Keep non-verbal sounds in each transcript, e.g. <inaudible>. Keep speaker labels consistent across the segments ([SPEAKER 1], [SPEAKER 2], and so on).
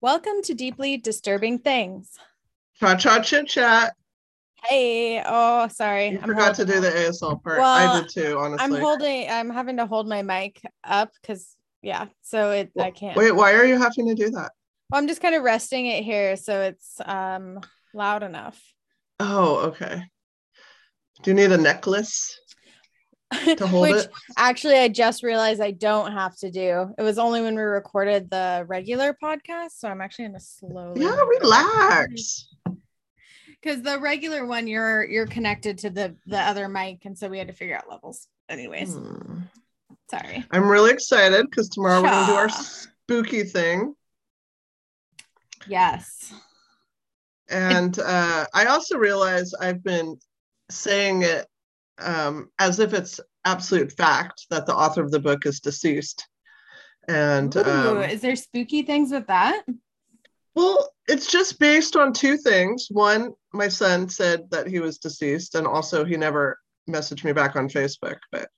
[SPEAKER 1] Welcome to Deeply Disturbing Things.
[SPEAKER 2] Cha cha chit chat.
[SPEAKER 1] Hey, oh, sorry.
[SPEAKER 2] You forgot to
[SPEAKER 1] holding-
[SPEAKER 2] do the ASL part.
[SPEAKER 1] Well,
[SPEAKER 2] I did too,
[SPEAKER 1] I'm
[SPEAKER 2] honestly.
[SPEAKER 1] holding, I'm having to hold my mic up because, yeah, so it, I can't.
[SPEAKER 2] Wait, why are you having to do that?
[SPEAKER 1] Well, I'm just kind of resting it here so it's um loud enough.
[SPEAKER 2] Oh, okay. Do you need a necklace to hold
[SPEAKER 1] Which
[SPEAKER 2] it?
[SPEAKER 1] actually I just realized I don't have to do. It was only when we recorded the regular podcast. So I'm actually gonna slowly
[SPEAKER 2] Yeah, relax.
[SPEAKER 1] because the regular one you're you're connected to the the other mic, and so we had to figure out levels. Anyways,
[SPEAKER 2] Hmm.
[SPEAKER 1] sorry.
[SPEAKER 2] I'm really excited because tomorrow we're going to do our
[SPEAKER 1] Cha.
[SPEAKER 2] spooky thing.
[SPEAKER 1] Yes. <laughs>
[SPEAKER 2] And uh, I also realize I've been saying it um, as if it's absolute fact that the author of the book is deceased. And
[SPEAKER 1] Ooh,
[SPEAKER 2] um,
[SPEAKER 1] is there spooky things with that?
[SPEAKER 2] Well, it's just based on two things. One, my son said that he was deceased, and also he never messaged me back on Facebook. But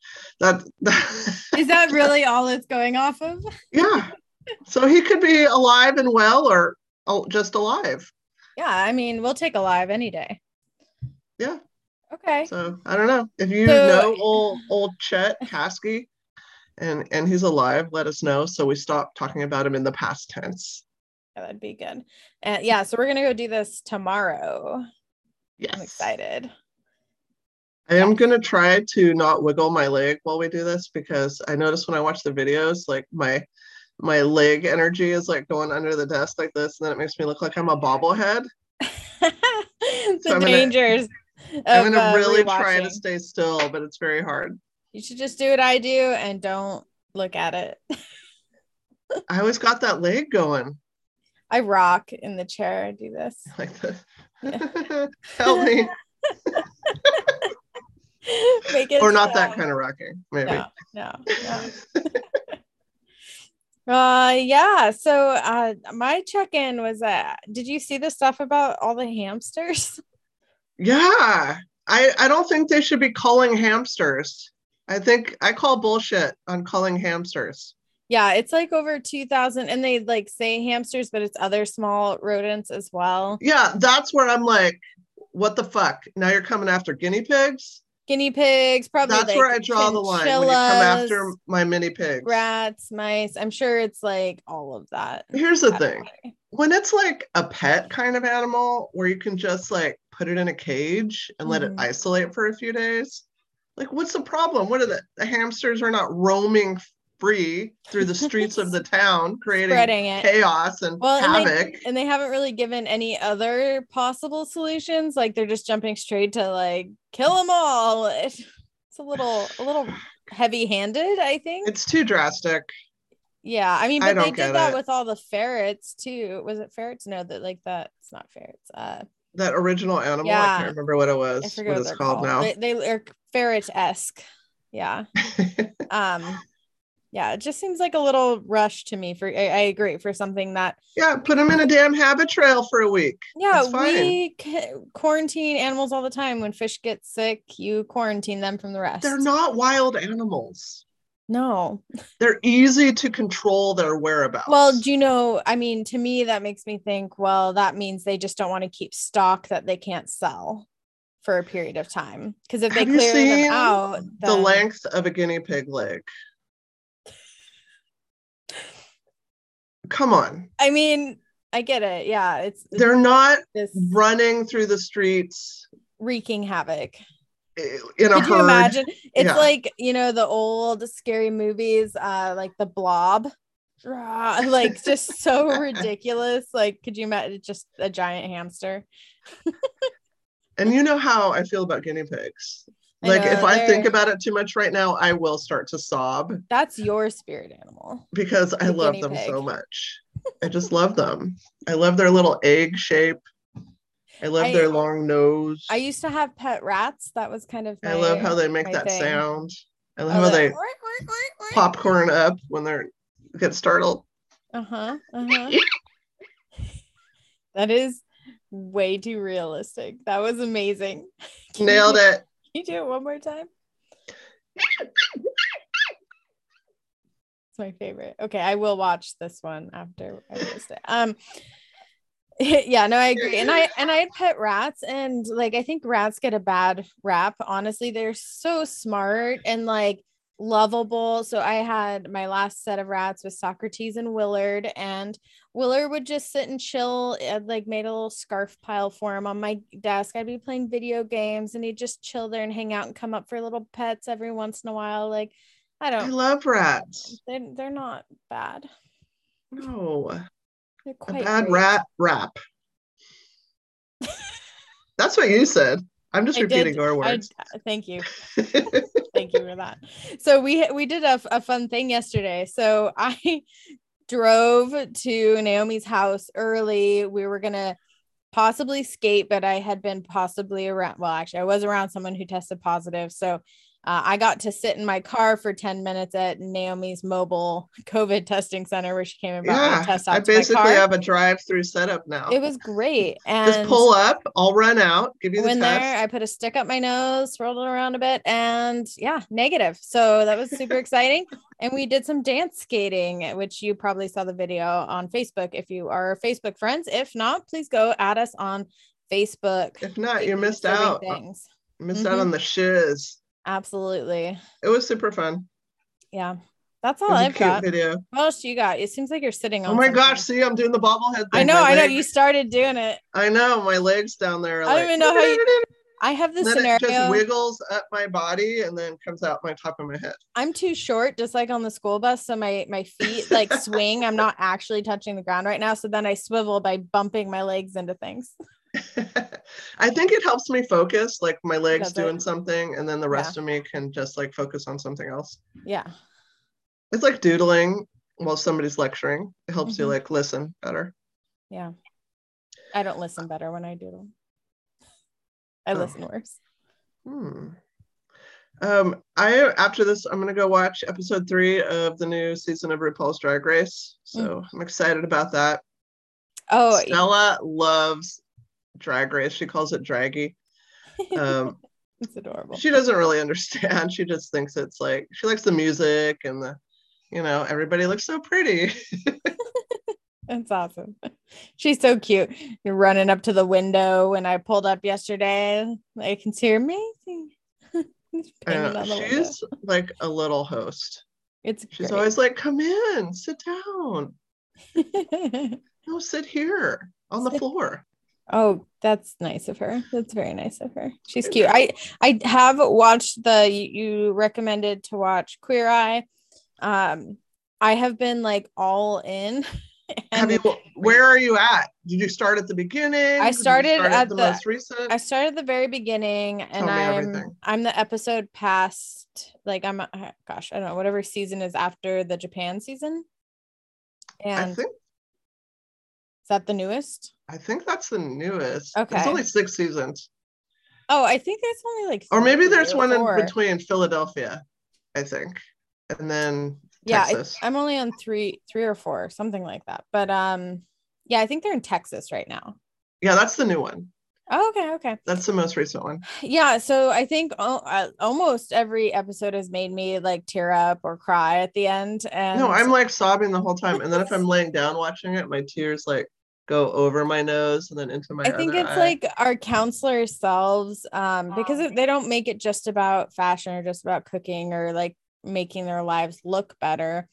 [SPEAKER 2] that, <laughs>
[SPEAKER 1] Is that <laughs> really all it's going off of?
[SPEAKER 2] yeah. So he could be alive and well, or oh, just alive.
[SPEAKER 1] Yeah, I mean, we'll take alive any day.
[SPEAKER 2] Yeah.
[SPEAKER 1] Okay.
[SPEAKER 2] So I don't know if you
[SPEAKER 1] So-
[SPEAKER 2] know old old Chet Kasky, and and he's alive. Let us know so we stop talking about him in the past tense.
[SPEAKER 1] Yeah, that'd be good. Uh, yeah, so we're gonna go do this tomorrow.
[SPEAKER 2] Yes,
[SPEAKER 1] I'm excited. <laughs>
[SPEAKER 2] I am gonna try to not wiggle my leg while we do this because I notice when I watch the videos, like my my leg energy is like going under the desk like this, and then it makes me look like I'm a bobblehead.
[SPEAKER 1] the
[SPEAKER 2] So I'm gonna-
[SPEAKER 1] dangers.
[SPEAKER 2] I'm
[SPEAKER 1] of,
[SPEAKER 2] gonna
[SPEAKER 1] uh,
[SPEAKER 2] really try
[SPEAKER 1] rewatching.
[SPEAKER 2] to stay still, but it's very hard.
[SPEAKER 1] You should just do what I do and don't look at it. <laughs>
[SPEAKER 2] I always got that leg going <laughs>
[SPEAKER 1] I rock in the chair. I do this. <laughs>
[SPEAKER 2] like this. <laughs> Help me.
[SPEAKER 1] Make it
[SPEAKER 2] Or not
[SPEAKER 1] stop.
[SPEAKER 2] that kind of rocking, maybe.
[SPEAKER 1] No, no,
[SPEAKER 2] <laughs>
[SPEAKER 1] no. <laughs> uh, yeah. So uh, my check-in was uh, did you see the stuff about all the hamsters? <laughs>
[SPEAKER 2] Yeah. I, I don't think they should be calling hamsters. I think I call bullshit on calling hamsters.
[SPEAKER 1] yeah, it's like over two thousand, and they like say hamsters, but it's other small rodents as well.
[SPEAKER 2] Yeah, that's where I'm like, what the fuck? Now you're coming after guinea pigs?
[SPEAKER 1] Guinea pigs, probably.
[SPEAKER 2] That's
[SPEAKER 1] like,
[SPEAKER 2] where I draw the line when you come after
[SPEAKER 1] chinchillas,
[SPEAKER 2] my mini pigs.
[SPEAKER 1] rats, mice. I'm sure it's like all of that. Uh,
[SPEAKER 2] Here's the thing when it's like a pet kind of animal where you can just like put it in a cage and let it
[SPEAKER 1] Mhm.
[SPEAKER 2] isolate for a few days, like what's the problem? What are the, the hamsters are not roaming free through the streets
[SPEAKER 1] <laughs>
[SPEAKER 2] of the town creating
[SPEAKER 1] Spreading it.
[SPEAKER 2] chaos and
[SPEAKER 1] Well, and they-
[SPEAKER 2] havoc.
[SPEAKER 1] and they haven't really given any other possible solutions like they're just jumping straight to like kill them all <laughs> it's a little a little heavy handed i think
[SPEAKER 2] it's too drastic.
[SPEAKER 1] yeah i mean
[SPEAKER 2] I
[SPEAKER 1] but they
[SPEAKER 2] don't get
[SPEAKER 1] did that
[SPEAKER 2] it.
[SPEAKER 1] with all the ferrets too was it ferrets no that like that it's not ferrets uh
[SPEAKER 2] That original animal, I
[SPEAKER 1] Yeah.
[SPEAKER 2] can't remember what it
[SPEAKER 1] i
[SPEAKER 2] was,
[SPEAKER 1] forget
[SPEAKER 2] what
[SPEAKER 1] what,
[SPEAKER 2] it's
[SPEAKER 1] they're
[SPEAKER 2] called,
[SPEAKER 1] called they,
[SPEAKER 2] now.
[SPEAKER 1] they are ferret-esque
[SPEAKER 2] <laughs>
[SPEAKER 1] yeah um yeah it just seems like a little rush to me for i, I agree for something that
[SPEAKER 2] yeah, put them in a damn habit trail for a week.
[SPEAKER 1] Yeah,
[SPEAKER 2] It's fine.
[SPEAKER 1] we ca- quarantine animals all the time. When fish get sick, you quarantine them from the rest.
[SPEAKER 2] They're not wild animals.
[SPEAKER 1] No.
[SPEAKER 2] They're easy to control their whereabouts.
[SPEAKER 1] Well, do you know? I mean, to me, that makes me think. Well, that means they just don't want to keep stock that they can't sell for a period of time. Because if they
[SPEAKER 2] Have you
[SPEAKER 1] clear
[SPEAKER 2] seen
[SPEAKER 1] them out,
[SPEAKER 2] the
[SPEAKER 1] then-
[SPEAKER 2] length of a guinea pig leg. Come on.
[SPEAKER 1] I mean, I get it. Yeah, it's it's
[SPEAKER 2] They're not
[SPEAKER 1] this
[SPEAKER 2] running through the streets
[SPEAKER 1] wreaking havoc.
[SPEAKER 2] i- in a
[SPEAKER 1] Could
[SPEAKER 2] herd.
[SPEAKER 1] you imagine? It's
[SPEAKER 2] Yeah.
[SPEAKER 1] like you know the old scary movies, uh, like The Blob, Rah,
[SPEAKER 2] <laughs>
[SPEAKER 1] like just so ridiculous. Like, could you imagine just a giant hamster?
[SPEAKER 2] And you know how I feel about guinea pigs.
[SPEAKER 1] I
[SPEAKER 2] Like
[SPEAKER 1] know,
[SPEAKER 2] if I think
[SPEAKER 1] they're-
[SPEAKER 2] about it too much right now, I will start to sob
[SPEAKER 1] That's your spirit animal.
[SPEAKER 2] because I
[SPEAKER 1] The
[SPEAKER 2] love
[SPEAKER 1] guinea
[SPEAKER 2] them so
[SPEAKER 1] pig.
[SPEAKER 2] much. I just love them. I love their little egg shape. I love
[SPEAKER 1] I-
[SPEAKER 2] their long nose.
[SPEAKER 1] I
[SPEAKER 2] I,
[SPEAKER 1] used to have pet rats. That was kind of. My,
[SPEAKER 2] love how they make
[SPEAKER 1] my
[SPEAKER 2] that
[SPEAKER 1] thing.
[SPEAKER 2] sound. I love
[SPEAKER 1] Oh,
[SPEAKER 2] how
[SPEAKER 1] the-
[SPEAKER 2] they popcorn up when they're get startled.
[SPEAKER 1] Uh-huh. Uh-huh. <laughs> that is way too realistic. That was amazing. Can you
[SPEAKER 2] Nailed
[SPEAKER 1] do- <laughs>
[SPEAKER 2] it.
[SPEAKER 1] Can you do it one more time? It's my favorite. Okay, I will watch this one after I post it. Um <laughs> yeah, no, I agree. And I and I had pet rats and like I think rats get a bad rap. Honestly, they're so smart and like lovable. So I had my last set of rats with Socrates and Willard, and Willard would just sit and chill. I'd like made a little scarf pile for him on my desk. I'd be playing video games, and he'd just chill there and hang out and come up for little pets every once in a while. Like I
[SPEAKER 2] I
[SPEAKER 1] don't,
[SPEAKER 2] love rats.
[SPEAKER 1] they're, they're not bad.
[SPEAKER 2] No,
[SPEAKER 1] They're
[SPEAKER 2] a
[SPEAKER 1] quite
[SPEAKER 2] bad
[SPEAKER 1] great.
[SPEAKER 2] rat rap. That's what you said. I'm just
[SPEAKER 1] I did-
[SPEAKER 2] repeating your
[SPEAKER 1] I,
[SPEAKER 2] words.
[SPEAKER 1] thank you.
[SPEAKER 2] <laughs>
[SPEAKER 1] thank you for that so we we did a, a fun thing yesterday so i <laughs> drove to naomi's house early we were gonna possibly skate but i had been possibly around well actually i was around someone who tested positive so uh, i got to sit in my car for 10 minutes at naomi's mobile <laughs> covid testing center where she came and brought me
[SPEAKER 2] yeah,
[SPEAKER 1] a test out
[SPEAKER 2] I
[SPEAKER 1] to my
[SPEAKER 2] basically
[SPEAKER 1] car.
[SPEAKER 2] have a drive-through setup now.
[SPEAKER 1] it was great and
[SPEAKER 2] <laughs> just pull up. I'll run out. Give you the
[SPEAKER 1] went there.
[SPEAKER 2] test.
[SPEAKER 1] I put a stick up my nose, swirled it around a bit, and yeah, negative. So that was super
[SPEAKER 2] <laughs>
[SPEAKER 1] exciting. And we did some dance skating, which you probably saw the video on Facebook if you are Facebook friends. If not, please go at us on Facebook.
[SPEAKER 2] if not, you missed
[SPEAKER 1] Serving
[SPEAKER 2] out.
[SPEAKER 1] Things.
[SPEAKER 2] Missed out
[SPEAKER 1] Mm-hmm.
[SPEAKER 2] on the shiz.
[SPEAKER 1] Absolutely.
[SPEAKER 2] It was super fun.
[SPEAKER 1] Yeah. That's
[SPEAKER 2] It
[SPEAKER 1] all
[SPEAKER 2] was a
[SPEAKER 1] I've
[SPEAKER 2] cute
[SPEAKER 1] got.
[SPEAKER 2] video.
[SPEAKER 1] What else you got? It seems like you're sitting on
[SPEAKER 2] Oh my
[SPEAKER 1] something.
[SPEAKER 2] gosh! See, I'm doing the bobblehead. Thing.
[SPEAKER 1] I know,
[SPEAKER 2] My
[SPEAKER 1] I know.
[SPEAKER 2] leg-
[SPEAKER 1] You started doing it.
[SPEAKER 2] I know. My legs down there. Are
[SPEAKER 1] I don't
[SPEAKER 2] like,
[SPEAKER 1] even know how
[SPEAKER 2] <laughs>
[SPEAKER 1] you- I have this
[SPEAKER 2] Then
[SPEAKER 1] scenario.
[SPEAKER 2] it just wiggles up my body and then comes out my top of my head. <laughs>
[SPEAKER 1] I'm too short, just like on the school bus. So my my feet like swing. I'm not actually touching the ground right now. So then I swivel by bumping my legs into things.
[SPEAKER 2] I think it helps me focus, like my legs
[SPEAKER 1] Does it?
[SPEAKER 2] doing something, and then the rest of me can just like focus on something else.
[SPEAKER 1] Yeah.
[SPEAKER 2] It's like doodling while somebody's lecturing. It helps you
[SPEAKER 1] Mhm.
[SPEAKER 2] like listen better.
[SPEAKER 1] Yeah. I don't listen better when I doodle. I
[SPEAKER 2] Oh.
[SPEAKER 1] listen worse.
[SPEAKER 2] Hmm. Um, I after this, I'm gonna go watch episode three of the new season of RuPaul's Drag Race. So I'm excited about that.
[SPEAKER 1] Mm. Oh, <laughs>
[SPEAKER 2] Stella loves Drag Race. She calls it
[SPEAKER 1] <laughs>
[SPEAKER 2] draggy. Um,
[SPEAKER 1] it's adorable.
[SPEAKER 2] she doesn't really understand. She just thinks it's like she likes the music and the, you know, everybody looks so
[SPEAKER 1] <laughs>
[SPEAKER 2] pretty.
[SPEAKER 1] That's awesome. She's so cute. You're running up to the window when I pulled up yesterday. I can see her amazing. <laughs> She's
[SPEAKER 2] I
[SPEAKER 1] banging
[SPEAKER 2] don't know.
[SPEAKER 1] on the window.
[SPEAKER 2] Uh, She's like a little host.
[SPEAKER 1] it's
[SPEAKER 2] She's
[SPEAKER 1] great.
[SPEAKER 2] always like, "Come in, sit down.
[SPEAKER 1] <laughs>
[SPEAKER 2] No, sit here on the
[SPEAKER 1] Sit-
[SPEAKER 2] floor."
[SPEAKER 1] Oh, that's nice of her. That's very nice of her. She's cute. I I have watched the you you recommended to watch Queer Eye. Um, I have been like all in. <laughs>
[SPEAKER 2] Have
[SPEAKER 1] And
[SPEAKER 2] you? Where are you at? Did you start at the beginning? Did you
[SPEAKER 1] started
[SPEAKER 2] start
[SPEAKER 1] at
[SPEAKER 2] the,
[SPEAKER 1] the-
[SPEAKER 2] most recent.
[SPEAKER 1] I started at the very beginning, and
[SPEAKER 2] me
[SPEAKER 1] I'm
[SPEAKER 2] everything.
[SPEAKER 1] I'm the episode past like I'm uh, gosh I don't know whatever season is after the Japan season.
[SPEAKER 2] I
[SPEAKER 1] And is
[SPEAKER 2] think
[SPEAKER 1] that the newest?
[SPEAKER 2] I think that's the newest.
[SPEAKER 1] Okay.
[SPEAKER 2] There's only six seasons,
[SPEAKER 1] Oh, I think that's only like
[SPEAKER 2] or maybe
[SPEAKER 1] three
[SPEAKER 2] there's
[SPEAKER 1] or
[SPEAKER 2] one in
[SPEAKER 1] four.
[SPEAKER 2] between Philadelphia, I think, and then
[SPEAKER 1] yeah I,
[SPEAKER 2] Texas.
[SPEAKER 1] i'm only on three three or four something like that but um yeah i think they're in texas right now
[SPEAKER 2] yeah, that's the new one.
[SPEAKER 1] oh, okay okay
[SPEAKER 2] That's the most recent one.
[SPEAKER 1] yeah so i think al- uh, almost every episode has made me like tear up or cry at the end and
[SPEAKER 2] no, I'm like sobbing the whole time, and then if I'm laying down watching it, my tears like go over my nose and then into my.
[SPEAKER 1] I think
[SPEAKER 2] other
[SPEAKER 1] it's
[SPEAKER 2] eye.
[SPEAKER 1] like our counselor selves, um, because it- they don't make it just about fashion or just about cooking or like making their lives look better.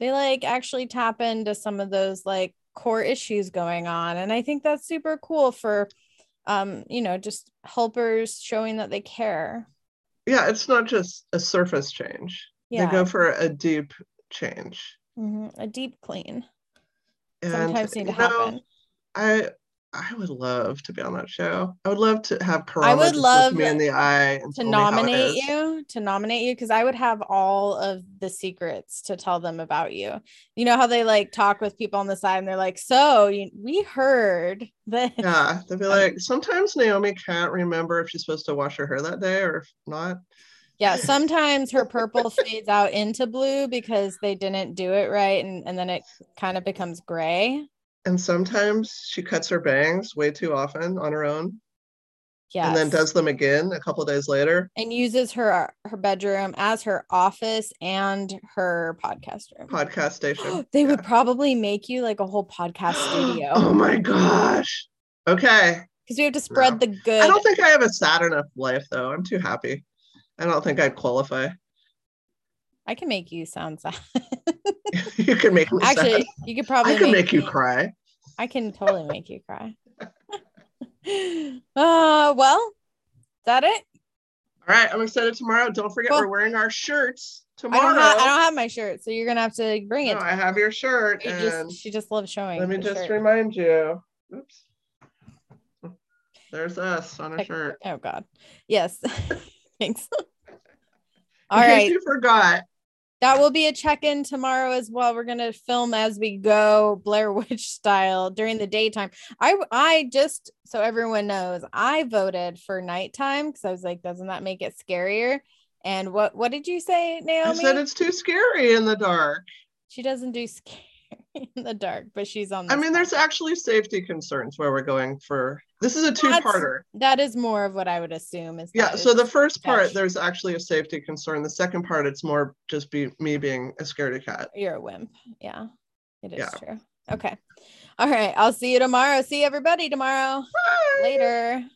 [SPEAKER 1] They like actually tap into some of those like core issues going on. And I think that's super cool for, um, you know, just helpers showing that they care.
[SPEAKER 2] yeah, it's not just a surface change.
[SPEAKER 1] Yeah.
[SPEAKER 2] They go for a deep change.
[SPEAKER 1] Mhm. A deep clean
[SPEAKER 2] And,
[SPEAKER 1] sometimes need to
[SPEAKER 2] you know,
[SPEAKER 1] happen.
[SPEAKER 2] I I would love to be on that show. I would love to have Karama
[SPEAKER 1] would
[SPEAKER 2] just
[SPEAKER 1] love
[SPEAKER 2] look me in the eye and
[SPEAKER 1] to
[SPEAKER 2] tell me how it
[SPEAKER 1] nominate
[SPEAKER 2] is.
[SPEAKER 1] you to nominate you because i would have all of the secrets to tell them about you you know how they like talk with people on the side and they're like so you, we heard that
[SPEAKER 2] Yeah, they'd be like, sometimes Naomi can't remember if she's supposed to wash her hair that day or if not.
[SPEAKER 1] <laughs> yeah sometimes her purple fades out into blue because they didn't do it right and, and then it kind of becomes gray
[SPEAKER 2] And sometimes she cuts her bangs way too often on her own.
[SPEAKER 1] Yeah.
[SPEAKER 2] and then does them again a couple days later.
[SPEAKER 1] and uses her her bedroom as her office and her podcast room.
[SPEAKER 2] Podcast station.
[SPEAKER 1] they would probably make you like a whole <gasps>
[SPEAKER 2] <gasps>
[SPEAKER 1] podcast
[SPEAKER 2] Oh
[SPEAKER 1] studio
[SPEAKER 2] my gosh. Okay.
[SPEAKER 1] because we have to spread
[SPEAKER 2] No.
[SPEAKER 1] the good.
[SPEAKER 2] I don't think I have a sad enough life though. I'm too happy. I don't think I'd qualify.
[SPEAKER 1] I can make you sound
[SPEAKER 2] <laughs>
[SPEAKER 1] sad.
[SPEAKER 2] you can make me
[SPEAKER 1] Actually,
[SPEAKER 2] sad.
[SPEAKER 1] you could probably
[SPEAKER 2] I can make you
[SPEAKER 1] me-
[SPEAKER 2] cry.
[SPEAKER 1] I can totally make you
[SPEAKER 2] <laughs>
[SPEAKER 1] cry. <laughs> uh, well, is that it?
[SPEAKER 2] All right, I'm excited tomorrow. Don't forget
[SPEAKER 1] Cool.
[SPEAKER 2] we're wearing our shirts
[SPEAKER 1] I
[SPEAKER 2] tomorrow.
[SPEAKER 1] don't have I don't have my shirt, so you're gonna have to bring it.
[SPEAKER 2] No, I have your shirt.
[SPEAKER 1] You
[SPEAKER 2] And
[SPEAKER 1] just, she just loves showing.
[SPEAKER 2] let me
[SPEAKER 1] the
[SPEAKER 2] just
[SPEAKER 1] shirt.
[SPEAKER 2] remind you. Oops. There's us on a
[SPEAKER 1] Like,
[SPEAKER 2] shirt.
[SPEAKER 1] Oh God, yes. <laughs> Thanks.
[SPEAKER 2] In
[SPEAKER 1] All
[SPEAKER 2] case
[SPEAKER 1] right,
[SPEAKER 2] you forgot.
[SPEAKER 1] that will be a check-in tomorrow as well. We're gonna film as we go, Blair <laughs> Witch style during the daytime. I I just so everyone knows, I voted for nighttime because I was like, doesn't that make it scarier? And what what did you say, Naomi?
[SPEAKER 2] I said it's too scary in the dark.
[SPEAKER 1] she doesn't do <laughs> scary in the dark, but she's on. this
[SPEAKER 2] I mean,
[SPEAKER 1] one.
[SPEAKER 2] there's actually safety concerns where we're going for this is a
[SPEAKER 1] That's-
[SPEAKER 2] two-parter.
[SPEAKER 1] that is more of what I would assume is.
[SPEAKER 2] Yeah,
[SPEAKER 1] that
[SPEAKER 2] so the
[SPEAKER 1] it's-
[SPEAKER 2] first part,
[SPEAKER 1] sketch.
[SPEAKER 2] there's actually a safety concern. The second part, it's more just be me being a scaredy cat.
[SPEAKER 1] you're a wimp. Yeah, it is
[SPEAKER 2] Yeah.
[SPEAKER 1] true. Okay, all right. I'll see you tomorrow. See everybody tomorrow.
[SPEAKER 2] Bye.
[SPEAKER 1] Later.